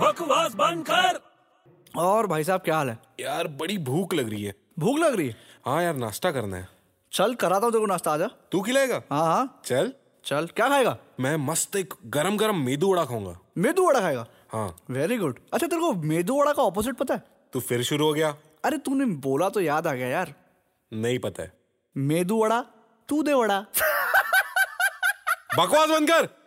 बकवास बंद कर और भाई साहब क्या हाल है यार बड़ी भूख लग रही है भूख लग रही है हाँ यार नाश्ता करना है चल कराता हूँ तेरे को नाश्ता आजा तू खिलाएगा हाँ हाँ चल चल क्या खाएगा मैं मस्त एक गरम गरम मेदू वड़ा खाऊंगा मेदू वड़ा खाएगा हाँ वेरी गुड अच्छा तेरे को मेदू वड़ा का ऑपोजिट पता है तू फिर शुरू हो गया अरे तूने बोला तो याद आ गया यार नहीं पता है मेदू वड़ा तू दे वड़ा बकवास बंद कर